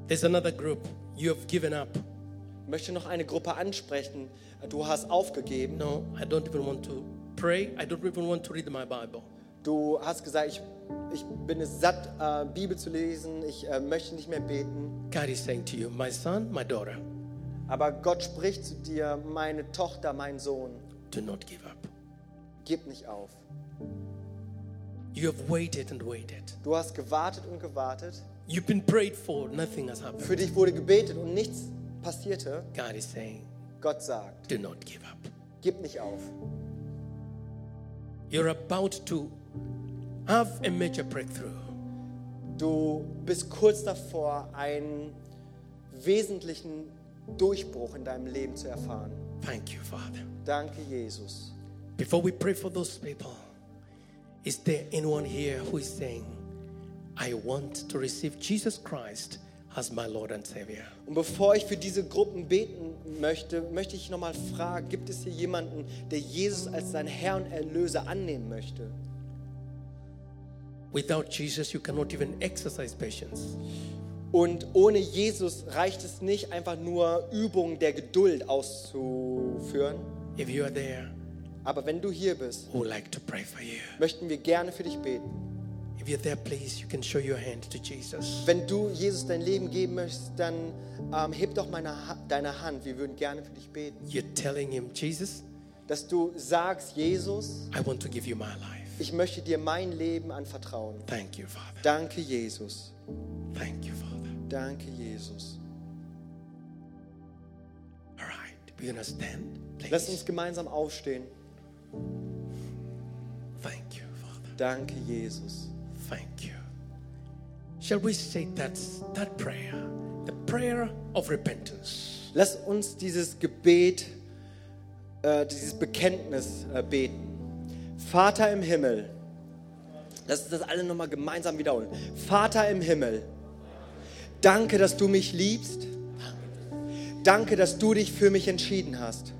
Speaker 1: There's another group. You have given up.
Speaker 2: Ich möchte noch eine Gruppe ansprechen. Du hast aufgegeben.
Speaker 1: No, I don't even want to pray. I don't even want to read my Bible.
Speaker 2: Du hast gesagt, ich, ich bin es satt, äh, Bibel zu lesen. Ich äh, möchte nicht mehr beten.
Speaker 1: God is saying to you, my son, my daughter,
Speaker 2: Aber Gott spricht zu dir, meine Tochter, mein Sohn,
Speaker 1: do not give up.
Speaker 2: gib nicht auf.
Speaker 1: You have waited and waited.
Speaker 2: Du hast gewartet und gewartet.
Speaker 1: You've been prayed for, nothing has happened.
Speaker 2: Für dich wurde gebetet und nichts passierte.
Speaker 1: God is saying,
Speaker 2: Gott sagt,
Speaker 1: do not give up.
Speaker 2: gib nicht auf.
Speaker 1: You're about to have a major breakthrough.
Speaker 2: Du bist kurz davor, einen wesentlichen Durchbruch in deinem Leben zu erfahren.
Speaker 1: Thank you, Father.
Speaker 2: Danke, Jesus.
Speaker 1: Before we pray for those people, is there anyone here who is saying, I want to receive Jesus Christ as my Lord and Savior?
Speaker 2: Und bevor ich für diese Gruppen beten möchte, möchte ich nochmal fragen, gibt es hier jemanden, der Jesus als seinen Herr und Erlöser annehmen möchte?
Speaker 1: Without Jesus, you cannot even exercise patience.
Speaker 2: Und ohne Jesus reicht es nicht, einfach nur Übungen der Geduld auszuführen.
Speaker 1: If you are there,
Speaker 2: Aber wenn du hier bist,
Speaker 1: we would like to pray for you.
Speaker 2: möchten wir gerne für dich beten.
Speaker 1: If you're there, please, you can show your hand to Jesus.
Speaker 2: Wenn du Jesus dein Leben geben möchtest, dann ähm, heb doch meine, Ha- deine Hand. Wir würden gerne für dich beten.
Speaker 1: You're telling him, Jesus,
Speaker 2: Dass du sagst, Jesus,
Speaker 1: I want to give you my life.
Speaker 2: ich möchte dir mein Leben anvertrauen.
Speaker 1: Thank you, Father.
Speaker 2: Danke, Jesus.
Speaker 1: Thank you, Father.
Speaker 2: Danke, Jesus.
Speaker 1: All right, we're going to stand.
Speaker 2: Lass
Speaker 1: Please.
Speaker 2: uns gemeinsam aufstehen.
Speaker 1: Thank you, Father.
Speaker 2: Danke, Jesus.
Speaker 1: Thank you. Shall we say that, that prayer, the prayer of repentance?
Speaker 2: Lass uns dieses Gebet äh, dieses Bekenntnis äh, beten. Vater im Himmel. Lass uns das alle nochmal gemeinsam wiederholen. Vater im Himmel. Danke, dass du mich liebst. Danke, dass du dich für mich entschieden hast.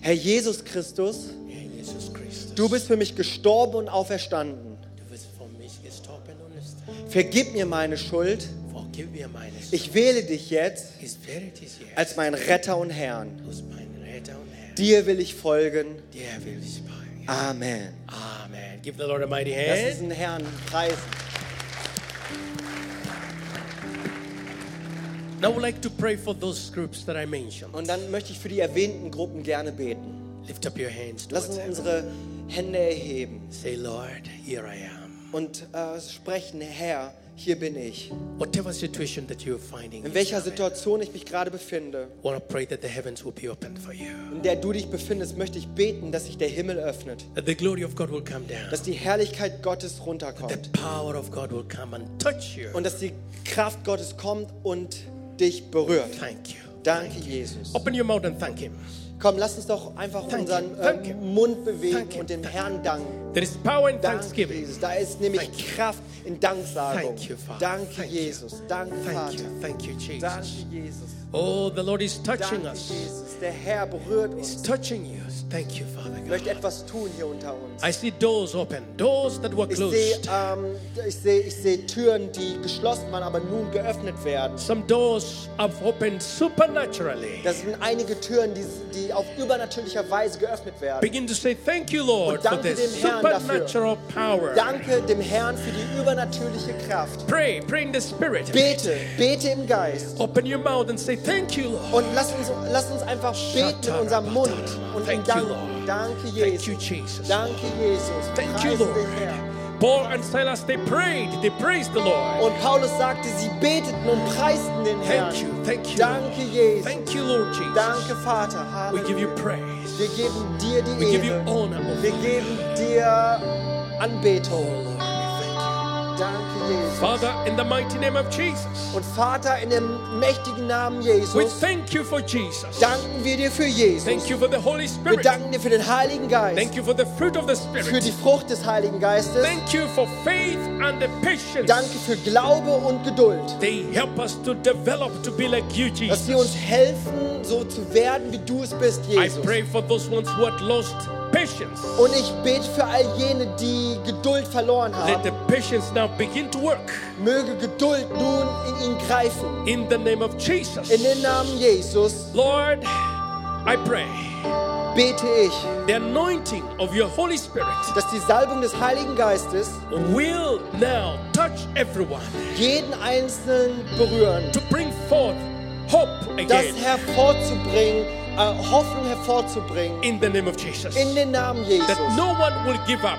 Speaker 2: Herr Jesus Christus,
Speaker 1: Herr Jesus Christus,
Speaker 2: du bist für mich gestorben und auferstanden.
Speaker 1: du bist für mich gestorben und ist.
Speaker 2: Vergib mir meine Schuld.
Speaker 1: Vergib mir meine Schuld.
Speaker 2: Ich wähle dich jetzt
Speaker 1: His spirit is here.
Speaker 2: als meinen Retter und Herrn.
Speaker 1: Als mein Retter und Herr.
Speaker 2: Dir will ich folgen.
Speaker 1: Der will ich beigen.
Speaker 2: Amen.
Speaker 1: Amen. Give the Lord a mighty
Speaker 2: Das
Speaker 1: hand.
Speaker 2: ist ein Herrn preisen.
Speaker 1: Now I would like to pray for those groups that I mentioned.
Speaker 2: Und dann möchte ich für die erwähnten Gruppen gerne beten.
Speaker 1: Lift up your hands
Speaker 2: Lass
Speaker 1: towards
Speaker 2: uns
Speaker 1: heaven.
Speaker 2: unsere Hände erheben
Speaker 1: Say, Lord, here I am.
Speaker 2: und äh, sprechen, Herr, hier bin ich.
Speaker 1: Whatever situation that you're finding,
Speaker 2: In welcher
Speaker 1: yourself in,
Speaker 2: Situation ich mich gerade befinde,
Speaker 1: I want to pray that the heavens will be opened for you.
Speaker 2: in der du dich befindest, möchte ich beten, dass sich der Himmel öffnet,
Speaker 1: That the glory of God will come down.
Speaker 2: dass die Herrlichkeit Gottes
Speaker 1: The
Speaker 2: runterkommt
Speaker 1: power of God will come and touch you.
Speaker 2: und dass die Kraft Gottes kommt und dich berührt.
Speaker 1: Thank you.
Speaker 2: Danke, Jesus.
Speaker 1: Open your mouth and thank Him.
Speaker 2: Komm, lass uns doch einfach
Speaker 1: Danke,
Speaker 2: unseren
Speaker 1: danke.
Speaker 2: äh, Mund
Speaker 1: Danke,
Speaker 2: bewegen und dem
Speaker 1: danke.
Speaker 2: Herrn danken.
Speaker 1: There is power in
Speaker 2: Danke,
Speaker 1: thanksgiving.
Speaker 2: Jesus. Da ist nämlich
Speaker 1: Thank you.
Speaker 2: Kraft in Danksagung.
Speaker 1: Thank you, Father.
Speaker 2: Danke,
Speaker 1: Thank you.
Speaker 2: Jesus. Danke,
Speaker 1: Thank
Speaker 2: Vater.
Speaker 1: you. Thank you,
Speaker 2: Danke,
Speaker 1: Jesus.
Speaker 2: Jesus.
Speaker 1: Oh, the Lord is touching
Speaker 2: Danke,
Speaker 1: us.
Speaker 2: Jesus. Der Herr berührt
Speaker 1: He's
Speaker 2: uns.
Speaker 1: touching you. Thank you, Father God.
Speaker 2: Ich möchte etwas tun hier unter uns.
Speaker 1: I see doors open, doors that were
Speaker 2: Ich sehe
Speaker 1: closed.
Speaker 2: ähm, ich sehe, ich sehe Türen, die geschlossen waren, aber nun geöffnet werden.
Speaker 1: Some doors have opened supernaturally.
Speaker 2: Das sind einige Türen, die, die auf übernatürlicher Weise geöffnet werden.
Speaker 1: Begin to say thank you, Lord,
Speaker 2: Und
Speaker 1: for
Speaker 2: danke
Speaker 1: this
Speaker 2: dem Herrn dafür.
Speaker 1: supernatural power.
Speaker 2: Danke dem Herrn für die übernatürliche Kraft.
Speaker 1: Pray, pray in the Spirit.
Speaker 2: Bete, bete im Geist.
Speaker 1: Open your mouth and say thank you, Lord.
Speaker 2: Und lass uns, lass uns einfach beten mit unserem Mund und im
Speaker 1: Thank you,
Speaker 2: Danken.
Speaker 1: Lord.
Speaker 2: Danke,
Speaker 1: Thank you,
Speaker 2: Jesus.
Speaker 1: Jesus.
Speaker 2: Danke, Jesus.
Speaker 1: Thank you,
Speaker 2: Preisen
Speaker 1: Lord.
Speaker 2: den Herrn.
Speaker 1: Paul and Silas, they prayed, they praised the Lord.
Speaker 2: Und Paulus sagte, sie beteten und preisten den Herrn.
Speaker 1: Thank you, thank you.
Speaker 2: Danke, Jesus.
Speaker 1: Thank you, Lord
Speaker 2: Danke,
Speaker 1: Jesus.
Speaker 2: Vater.
Speaker 1: We
Speaker 2: Halleluja.
Speaker 1: give you praise.
Speaker 2: Wir geben dir die
Speaker 1: We give you
Speaker 2: Ehre.
Speaker 1: honor, O
Speaker 2: Wir
Speaker 1: Father.
Speaker 2: geben dir
Speaker 1: Oh, Lord,
Speaker 2: Anbetung.
Speaker 1: we thank
Speaker 2: Danke,
Speaker 1: you.
Speaker 2: Jesus.
Speaker 1: Father, in the mighty name of Jesus,
Speaker 2: Und Vater, in dem mächtigen Namen
Speaker 1: we
Speaker 2: Jesus,
Speaker 1: thank you for Jesus.
Speaker 2: danken wir dir für Jesus.
Speaker 1: Thank you for the Holy
Speaker 2: Wir
Speaker 1: Spirit.
Speaker 2: danken dir für den Heiligen
Speaker 1: Thank
Speaker 2: Geist,
Speaker 1: you for the fruit of the
Speaker 2: für die
Speaker 1: Spirit.
Speaker 2: Frucht des Heiligen Geistes.
Speaker 1: Thank you for faith and the patience.
Speaker 2: Danke für Glaube und Geduld,
Speaker 1: They help us to develop to be like you,
Speaker 2: dass sie
Speaker 1: Jesus.
Speaker 2: uns helfen, so zu werden, wie du es bist,
Speaker 1: I
Speaker 2: Jesus.
Speaker 1: pray for those ones who had lost patience.
Speaker 2: Und ich bete für all jene, die Geduld verloren
Speaker 1: Let
Speaker 2: haben.
Speaker 1: the patience now begin to work
Speaker 2: Möge Geduld nun in ihn greifen.
Speaker 1: in the name of
Speaker 2: In
Speaker 1: Jesus.
Speaker 2: den Namen Jesus
Speaker 1: Lord, I pray
Speaker 2: bete ich,
Speaker 1: the anointing of your Holy Spirit
Speaker 2: dass die Salbung des Heiligen Geistes
Speaker 1: will now touch everyone
Speaker 2: jeden Einzelnen berühren.
Speaker 1: to bring forth hope
Speaker 2: Das
Speaker 1: again
Speaker 2: hervorzubringen, äh, Hoffnung hervorzubringen.
Speaker 1: in the name of Jesus.
Speaker 2: In den Namen Jesus.
Speaker 1: That no one will give up,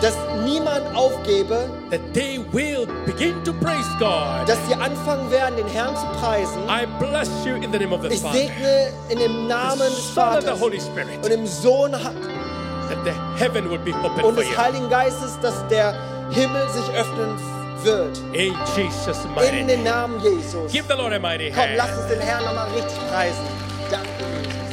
Speaker 2: Dass niemand aufgebe,
Speaker 1: that they will begin to praise God.
Speaker 2: dass sie anfangen werden, den Herrn zu preisen.
Speaker 1: I bless you in the name of the
Speaker 2: Ich
Speaker 1: Father,
Speaker 2: segne in dem Namen
Speaker 1: the
Speaker 2: des
Speaker 1: Son of the
Speaker 2: Vaters
Speaker 1: Holy
Speaker 2: und
Speaker 1: Spirit,
Speaker 2: im Sohn ha-
Speaker 1: that the heaven will be open
Speaker 2: und
Speaker 1: for
Speaker 2: des
Speaker 1: you.
Speaker 2: Heiligen Geistes, dass der Himmel sich öffnen wird.
Speaker 1: In Jesus' mighty
Speaker 2: In den
Speaker 1: name.
Speaker 2: Namen Jesus.
Speaker 1: Give the Lord a mighty
Speaker 2: Komm,
Speaker 1: hand.
Speaker 2: lass uns den Herrn nochmal richtig preisen. Danke, Jesus.